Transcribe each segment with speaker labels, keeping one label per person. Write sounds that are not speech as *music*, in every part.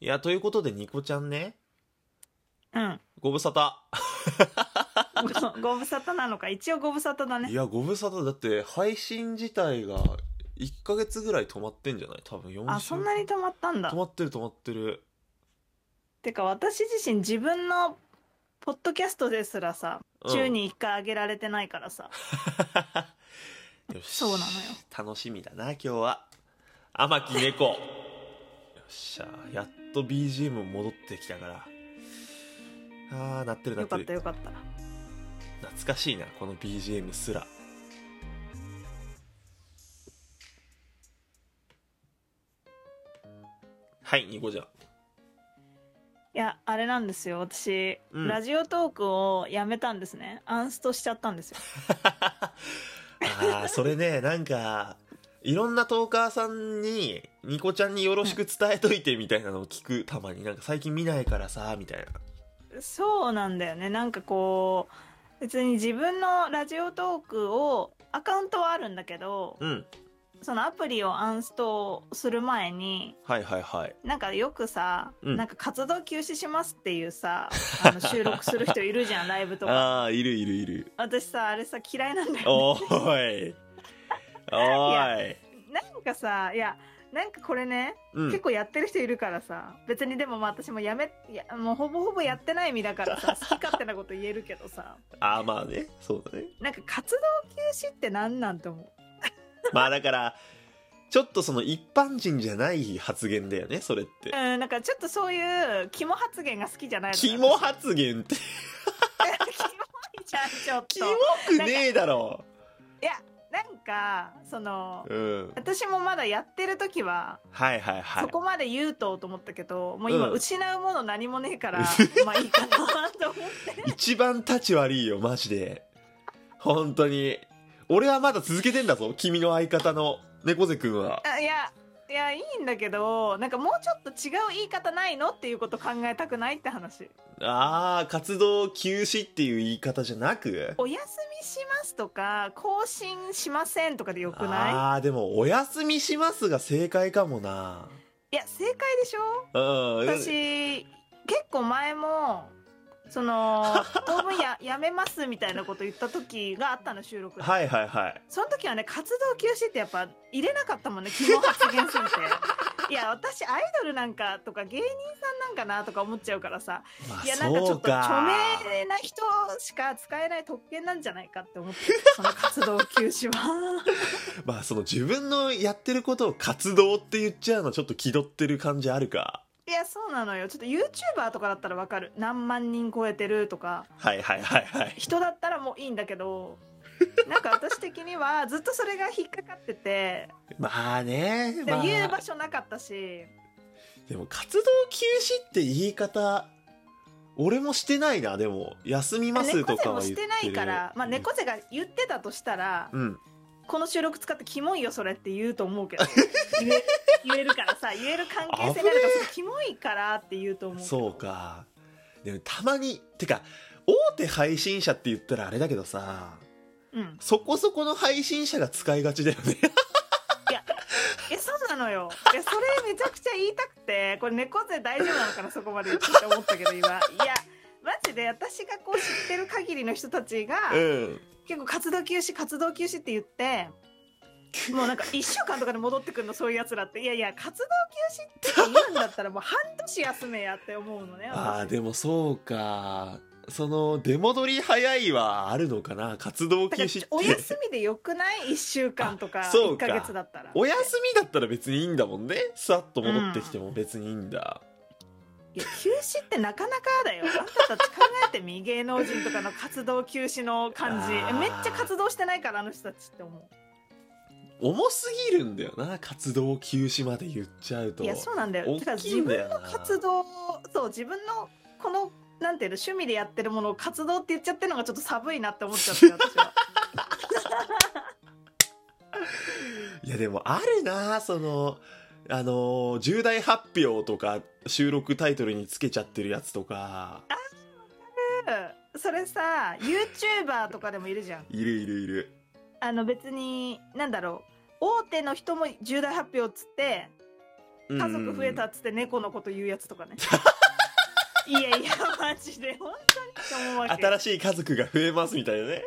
Speaker 1: いや、ということで、ニコちゃんね、
Speaker 2: うん。 *laughs*
Speaker 1: ご無沙汰。
Speaker 2: ごご無沙汰なのか。一応ご無沙汰だ
Speaker 1: い
Speaker 2: ね。
Speaker 1: や、ご無沙汰。だって、配信自体が、1ヶ月ぐらい止まってんじゃない多分4週。
Speaker 2: あ、そんなに止まったんだ
Speaker 1: 止。まってる止まってる。
Speaker 2: てか私自身自分のポッドキャストですらさ、
Speaker 1: うん
Speaker 2: 週に1回上げられてないからさ。
Speaker 1: *laughs* よし
Speaker 2: そうなのよ
Speaker 1: 楽しみだな今日は天木猫よっしゃやっと BGM 戻ってきたからあーなってるな
Speaker 2: よ
Speaker 1: って
Speaker 2: かっ
Speaker 1: る
Speaker 2: たよかった。
Speaker 1: 懐かしいなこの BGM すらはいニコちゃん
Speaker 2: いや、あれなんですよ。私、
Speaker 1: うん
Speaker 2: ラジオトークをやめたんですね。アンストしちゃったんですよ。
Speaker 1: ああそれねなんかいろんなトーカーさんにニコちゃんによろしく伝えといてみたいなのを聞くたまになんか最近見ないからさみたいな
Speaker 2: そうなんだよね。なんかこう、別に自分のラジオトークを、アカウントはあるんだけど、
Speaker 1: うん
Speaker 2: そのアプリをアンストする前に、
Speaker 1: はいはいはい
Speaker 2: なんかよくさ、
Speaker 1: うん
Speaker 2: なんか活動休止しますっていうさ、あの収録する人いるじゃん、ライブと
Speaker 1: *laughs*
Speaker 2: か。
Speaker 1: ああいるいるいる
Speaker 2: 私さ、あれさ、嫌いなんだよ、
Speaker 1: おーい
Speaker 2: *laughs*
Speaker 1: おーい
Speaker 2: ね。なんかさ、いや、なんかこれね、
Speaker 1: うん
Speaker 2: 結構やってる人いるからさ、別にでもまあ私もやめ、いやもうほぼほぼやってない身だか
Speaker 1: *laughs*
Speaker 2: らさ、好き勝手なこと言えるけどさ、
Speaker 1: ああまあねそうだね
Speaker 2: なんか活動休止って何なんと思う。
Speaker 1: *laughs* まあだからちょっとその一般人じゃない発言だよねそれって
Speaker 2: うん、なんかちょっとそういう、肝発言が好きじゃないのよ
Speaker 1: キ
Speaker 2: *laughs*
Speaker 1: モ発言って
Speaker 2: キモいじゃん、ちょっと。
Speaker 1: キモくねえだろ
Speaker 2: なんか、その、
Speaker 1: うん
Speaker 2: 私もまだやってる時は、
Speaker 1: はいはいはい
Speaker 2: そこまで言うとと思ったけど、もう今、
Speaker 1: うん
Speaker 2: 失うもの何もね
Speaker 1: *laughs*
Speaker 2: えから、まあいいかなと思って。
Speaker 1: 一番立ち悪いよマジで本当に俺はまだ続けてんだぞ君の相方の猫背くんは
Speaker 2: あいや、いや、いいんだけど、なんかもうちょっと違う言い方ないのっていうこと考えたくないって話。
Speaker 1: ああ活動休止っていう言い方じゃなく
Speaker 2: お休みしますとか、更新しませんとかでよくな
Speaker 1: ああーでも「お休みします」が正解かもない
Speaker 2: いや、正解でしょ
Speaker 1: うん
Speaker 2: 私、結構前も、
Speaker 1: *laughs*
Speaker 2: その、当分や、やめますみたいなこと言った時があったの、収録で。
Speaker 1: はいはいはい
Speaker 2: その時はね、活動休止ってやっぱ入れなかったも
Speaker 1: *laughs*
Speaker 2: んね、昨日発言すぎて。いや、私アイドルなんかとか芸人さんなんかなとか思っちゃうからさ。
Speaker 1: まあ
Speaker 2: いや、なんかち
Speaker 1: そ
Speaker 2: ょっ
Speaker 1: う
Speaker 2: と著
Speaker 1: か
Speaker 2: 名な人しか使えない特権なんじゃないかって
Speaker 1: *laughs*
Speaker 2: 思ってる、その活動休止は。 *laughs*
Speaker 1: まあその自分のやってることを活動って言っちゃうのちょっと気取ってる感じあるか
Speaker 2: いや、そうなのよ。ちょっと YouTuber とかだったらわかる。何万人超えてるとか。
Speaker 1: はいはいはい
Speaker 2: *laughs*
Speaker 1: はい
Speaker 2: 人だったらもういいんだけど。なんか私的にはずっとそれが引っかかってて、
Speaker 1: まあね、
Speaker 2: で
Speaker 1: *laughs* ま
Speaker 2: も
Speaker 1: あ、
Speaker 2: 言う場所なかったし、
Speaker 1: でも活動休止って言い方俺もしてないなでも休みますと
Speaker 2: 猫背
Speaker 1: か
Speaker 2: も
Speaker 1: は言
Speaker 2: し
Speaker 1: って
Speaker 2: て
Speaker 1: る
Speaker 2: ないから、まあ、猫背が言ってたとしたら、
Speaker 1: うん
Speaker 2: この収録使ってキモいよそれって言うと思うけど
Speaker 1: *laughs*
Speaker 2: 言え言えるからさ言える関係性があるからそれキモいからって言うと思うけど
Speaker 1: そうかでもたまにてか大手配信者って言ったらあれだけどさ
Speaker 2: うん
Speaker 1: そこそこの配信者が使いがちだよね
Speaker 2: えそうなのよいやそれめちゃくちゃ言いたくてこれ猫背大丈夫なのかなそこまで言ってって思ったけど今いやマジで私がこう知ってる限りの人たちが
Speaker 1: うん
Speaker 2: 結構活動休止活動休止って言ってもうなんか1週間とかで戻ってくるのそういうやつらっていやいや活動休止って言うんだったらもう半年休めやって思うのね
Speaker 1: ああ
Speaker 2: 私
Speaker 1: でもそうかその出戻り早いはあるのかな活動
Speaker 2: だ
Speaker 1: 休
Speaker 2: から
Speaker 1: 止って
Speaker 2: お休みでよくない1週間とか
Speaker 1: あそう
Speaker 2: 1
Speaker 1: か
Speaker 2: か月だったら
Speaker 1: お休みだったら別にいいんだもんねさっと戻ってきても別にいいんだ、
Speaker 2: いや休止ってなかなかだよあんたたち考えてみ芸能人とかの活動休止の感じ
Speaker 1: あー
Speaker 2: めっちゃ活動してないからあの人たちって思う
Speaker 1: 重すぎるんだよな活動休止まで言っちゃうと
Speaker 2: いやそうなんだよ
Speaker 1: 大
Speaker 2: だから
Speaker 1: きい
Speaker 2: 自
Speaker 1: んだ
Speaker 2: 分
Speaker 1: よな
Speaker 2: 活動そう自分のこのなんていうの趣味でやってるものを活動って言っちゃってるのがちょっと寒いなって思っちゃって
Speaker 1: *laughs*
Speaker 2: 私は
Speaker 1: いやでもあるなそのあのー重大発表とか収録タイトルにつけちゃってるやつとか
Speaker 2: うんそれさ YouTuber とかでもいるじゃん
Speaker 1: いるいるいる
Speaker 2: あの別になんだろう大手の人も重大発表っつって
Speaker 1: うん
Speaker 2: 家族増えたっつって猫のこと言うやつと
Speaker 1: *laughs*
Speaker 2: かねいやいやマジで本当にって思うわけ
Speaker 1: 新しい家族が増えますみたいなね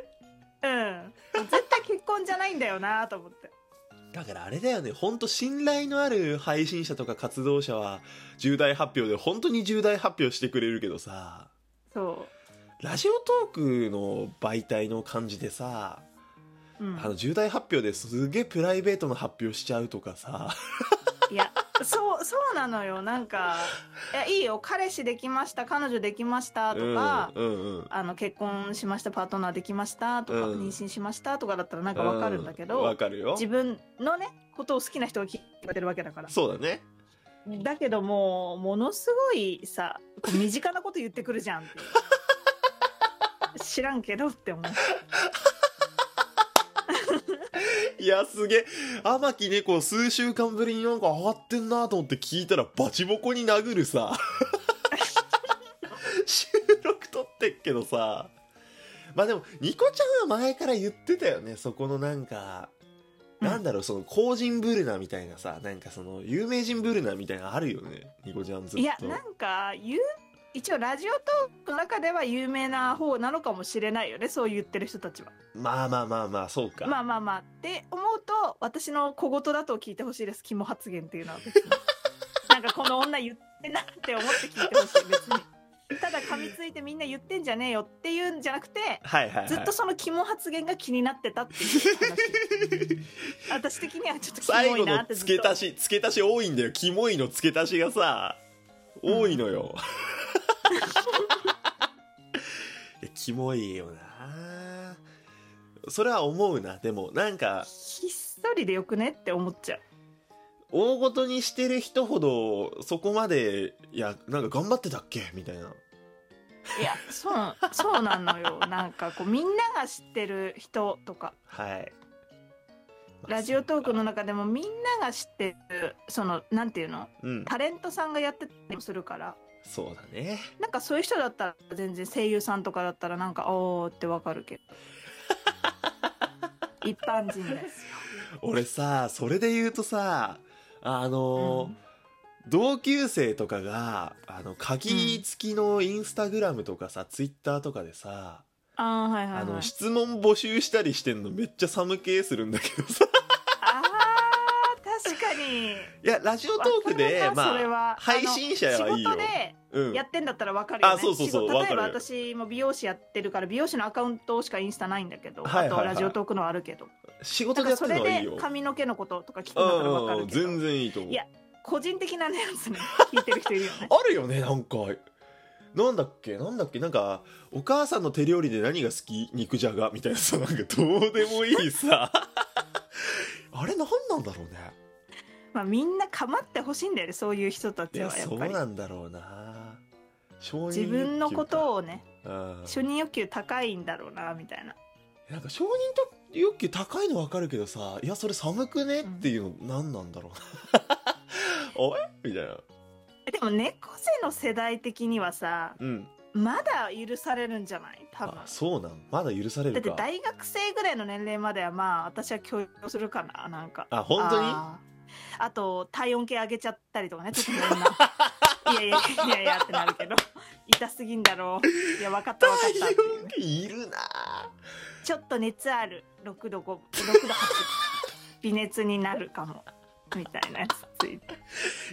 Speaker 2: うん絶対結婚じゃないんだよなと思って
Speaker 1: だからあれだよねほんと信頼のある配信者とか活動者は重大発表で本当に重大発表してくれるけどさ
Speaker 2: そ
Speaker 1: ラジオトークの媒体の感じでさ
Speaker 2: う、うん
Speaker 1: あ、の重大発表ですげえプライベートの発表しちゃうとかさ
Speaker 2: いやそうそうなのよなんか「いやいいよ彼氏できました彼女できました」とか、
Speaker 1: うんうんうん
Speaker 2: あの「結婚しましたパートナーできました」とか、
Speaker 1: うん
Speaker 2: 妊娠しました」とかだったらなんかわかるんだけど、
Speaker 1: うわかるよ
Speaker 2: 自分のねことを好きな人が聞いてくれてるわけだから
Speaker 1: そうだね
Speaker 2: だけどもうものすごいさこう身近なこと言ってくるじゃん
Speaker 1: *laughs*
Speaker 2: っていう知らんけどって思う
Speaker 1: いやすげえ天木猫数週間ぶりになんか上がってんなと思って聞いたらバチボコに殴るさ *laughs* 収録撮ってっけどさまあでもニコちゃんは前から言ってたよねそこのなんか
Speaker 2: うん
Speaker 1: なんだろうその公人ブルナみたいなさなんかその有名人ブルナみたいなのあるよねニコちゃんずっと
Speaker 2: いやなんか言う一応ラジオトークの中では有名な方なのかもしれないよねそう言ってる人たちは。
Speaker 1: まあまあまあまあそうか、
Speaker 2: まあまあまあって思うと私の小言だと聞いてほしいです肝発言っていうのは別に *laughs* なんかこの女言ってなって思って聞いてほしい別にただ噛みついてみんな言ってんじゃねえよっていうんじゃなくて
Speaker 1: はいはいはい
Speaker 2: ずっとその肝発言が気になってたっていう *laughs* 話私的にはちょっとキ
Speaker 1: 最
Speaker 2: モ
Speaker 1: 後
Speaker 2: いな
Speaker 1: の
Speaker 2: ってずっと
Speaker 1: 付け足し付け足し多いんだよキモいの付け足しがさ多いの *laughs* よ、いやキモいよなそれは思うなでもなんか
Speaker 2: ひっそりでよくねって思っちゃう
Speaker 1: 大ごとにしてる人ほどそこまでいやなんか頑張ってたっけみたいない
Speaker 2: やそうそうなのよなんかこうみんなが知ってる人とか
Speaker 1: はい
Speaker 2: ラジオトークの中でもみんなが知ってるそのなんていうの
Speaker 1: うん
Speaker 2: タレントさんがやってたりもするから
Speaker 1: そうだね
Speaker 2: なんかそういう人だったら全然声優さんとかだったらなんかおーってわかる *laughs* けど一般人です
Speaker 1: 俺さそれで言うとさあ
Speaker 2: よ、
Speaker 1: のー
Speaker 2: うん
Speaker 1: 同級生とかがあの鍵付きのインスタグラムとかさ、ツイッターとかでさ、
Speaker 2: あーはいはい、はい、
Speaker 1: あの質問募集したりしてんのめっちゃ寒気するんだけど
Speaker 2: *laughs*
Speaker 1: さ
Speaker 2: あー確かに
Speaker 1: いやラジオトークで
Speaker 2: わかるなそれは
Speaker 1: まあ配信者
Speaker 2: 仕
Speaker 1: はいいよ
Speaker 2: 事で
Speaker 1: うん
Speaker 2: やってんだったらわかるよ、ね
Speaker 1: あそうそうそう
Speaker 2: 仕事例えば
Speaker 1: わかる
Speaker 2: 私も美容師やってるから美容師のアカウントしかインスタないんだけど、
Speaker 1: はいはいはい
Speaker 2: あとラジオトークのはあるけど
Speaker 1: 仕
Speaker 2: だ
Speaker 1: 事
Speaker 2: か
Speaker 1: でやって
Speaker 2: らそ
Speaker 1: る
Speaker 2: れ
Speaker 1: のはいい
Speaker 2: で
Speaker 1: よ
Speaker 2: 髪の毛のこととか聞くん
Speaker 1: う
Speaker 2: だったらわか
Speaker 1: んう
Speaker 2: る
Speaker 1: ん
Speaker 2: けど、
Speaker 1: 全然いいと思う
Speaker 2: いや個人的なやつね聞いてる人いるよね
Speaker 1: あるよねなんかなんだっけなんだっけなんかお母さんの手料理で何が好き肉じゃがみたいなさなんかどうでもいい
Speaker 2: *laughs*
Speaker 1: さあれ何なんだろうね
Speaker 2: まあみんな構ってほしいんだよねそういう人た
Speaker 1: い
Speaker 2: ち
Speaker 1: や
Speaker 2: はやっ
Speaker 1: そう
Speaker 2: ぱり
Speaker 1: なんだろうな承認欲求
Speaker 2: 自分のこと
Speaker 1: を、
Speaker 2: をね
Speaker 1: うん、
Speaker 2: 承認欲求高いんだろうなみたいな
Speaker 1: なんか承認欲求高いの分かるけどさいやそれ寒くねっていうの何なんだろうな、お
Speaker 2: *laughs*
Speaker 1: いみたいな
Speaker 2: でも猫背の世代的にはさ
Speaker 1: うん
Speaker 2: まだ許されるんじゃない多分
Speaker 1: あそうなんまだ許され
Speaker 2: だっ
Speaker 1: る
Speaker 2: て
Speaker 1: か
Speaker 2: 大学生ぐらいの年齢まではまあ私は許容するかななんか
Speaker 1: あ本当に
Speaker 2: あーあと体温計上げちゃったりとかね特
Speaker 1: *laughs*
Speaker 2: に女いやいやいやいやってなるけど痛すぎんだろういや分かった分かったっ
Speaker 1: 体
Speaker 2: ていう
Speaker 1: 温
Speaker 2: ね
Speaker 1: 計いるな
Speaker 2: ちょっと熱ある6度5分6度8微熱になるかもみたいなやつついて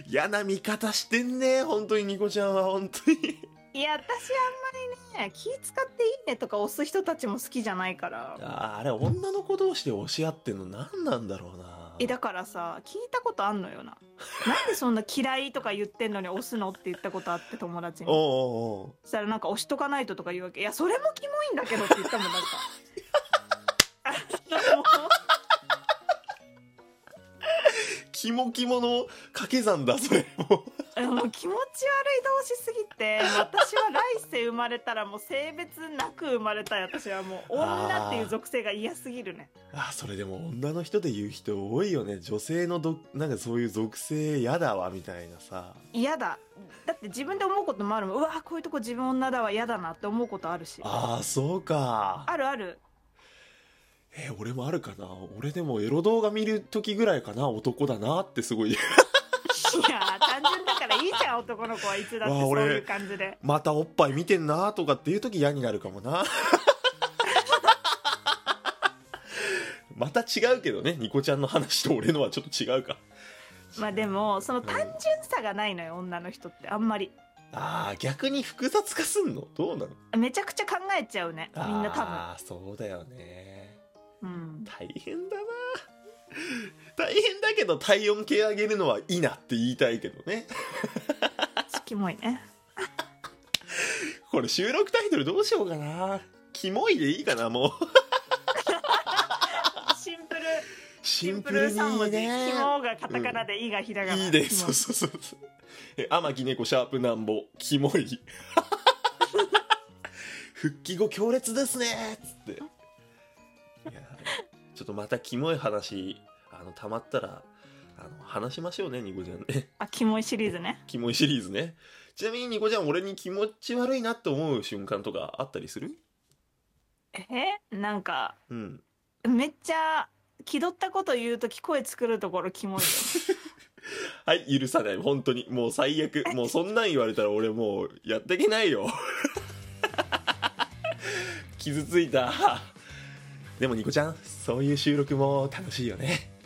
Speaker 1: 嫌な見方してんね本当にニコちゃんは本当に
Speaker 2: いや私あんまりね気使っていいねとか押す人たちも好きじゃないから
Speaker 1: あーあれ女の子同士で押し合ってんの何なんだろうな
Speaker 2: えだからさ聞いたことあんのよななんでそんな嫌いとか言ってんのに押すのって言ったことあって友達
Speaker 1: おう
Speaker 2: に
Speaker 1: おうおう
Speaker 2: そしたらなんか押しとかないととか言うわけいやそれもキモいんだけどって言ったもんなんかあの
Speaker 1: キモキモの掛け算だそれも *laughs* う
Speaker 2: あのもう気持ち悪い同士すぎ *laughs* てもう私は来世生まれたらもう性別なく生まれたい私はもう女っていう属性が嫌すぎるね
Speaker 1: あそれでも女の人で言う人多いよね女性のどなんかそういう属性嫌だわみたいなさ
Speaker 2: 嫌だだって自分で思うこともあるもんうわこういうとこ自分女だわ嫌だなって思うことあるしあ
Speaker 1: ああそうか
Speaker 2: るある
Speaker 1: え俺もあるかな俺でもエロ動画見る時ぐらいかな男だなってすごい
Speaker 2: いや単純だからいいじゃん男の子はいつだって
Speaker 1: わあ
Speaker 2: そう
Speaker 1: 俺
Speaker 2: いう感じで
Speaker 1: またおっぱい見てんなとかっていう時嫌になるかもな *laughs* また違うけどねニコちゃんの話と俺のはちょっと違うか
Speaker 2: まあでもその単純さがないのよ女の人ってあんまり
Speaker 1: あー逆に複雑化すんのどうなの
Speaker 2: めちゃくちゃ考えちゃうねみんな多
Speaker 1: あーそうだよね
Speaker 2: 分うん
Speaker 1: 大変だな大変だけど体温計上げるのはいいなって言いたいけどね
Speaker 2: キモいね
Speaker 1: これ収録タイトルどうしようかなキモいでいいかなもう
Speaker 2: *laughs* シンプル
Speaker 1: シ
Speaker 2: シ
Speaker 1: ン
Speaker 2: ンプ
Speaker 1: プ
Speaker 2: ル
Speaker 1: ルに
Speaker 2: 3文字「
Speaker 1: ね
Speaker 2: キモ」がカタカナで「い」がひらがな、
Speaker 1: いいです。
Speaker 2: キ
Speaker 1: そ
Speaker 2: モ
Speaker 1: うそうそうそう。え、天城猫シャープなんぼ、キモい。 *laughs* 復帰後強烈ですねつって。いや、ちょっとまたキモい話、あの、たまったら、あの、話しましょうね、ニコちゃんね。 *laughs*
Speaker 2: あキモいシリーズね
Speaker 1: キモいシリーズね。ちなみにニコちゃん、俺に気持ち悪いなって思う瞬間とかあったりする
Speaker 2: えなんか
Speaker 1: うん。
Speaker 2: めっちゃ気取ったこと言うとき声作るところキモいよ
Speaker 1: はい、許さない。本当に。もう最悪。もうそんなん言われたら俺もうやってけないよ。傷ついた。でもニコちゃん、そういう収録も楽しいよね。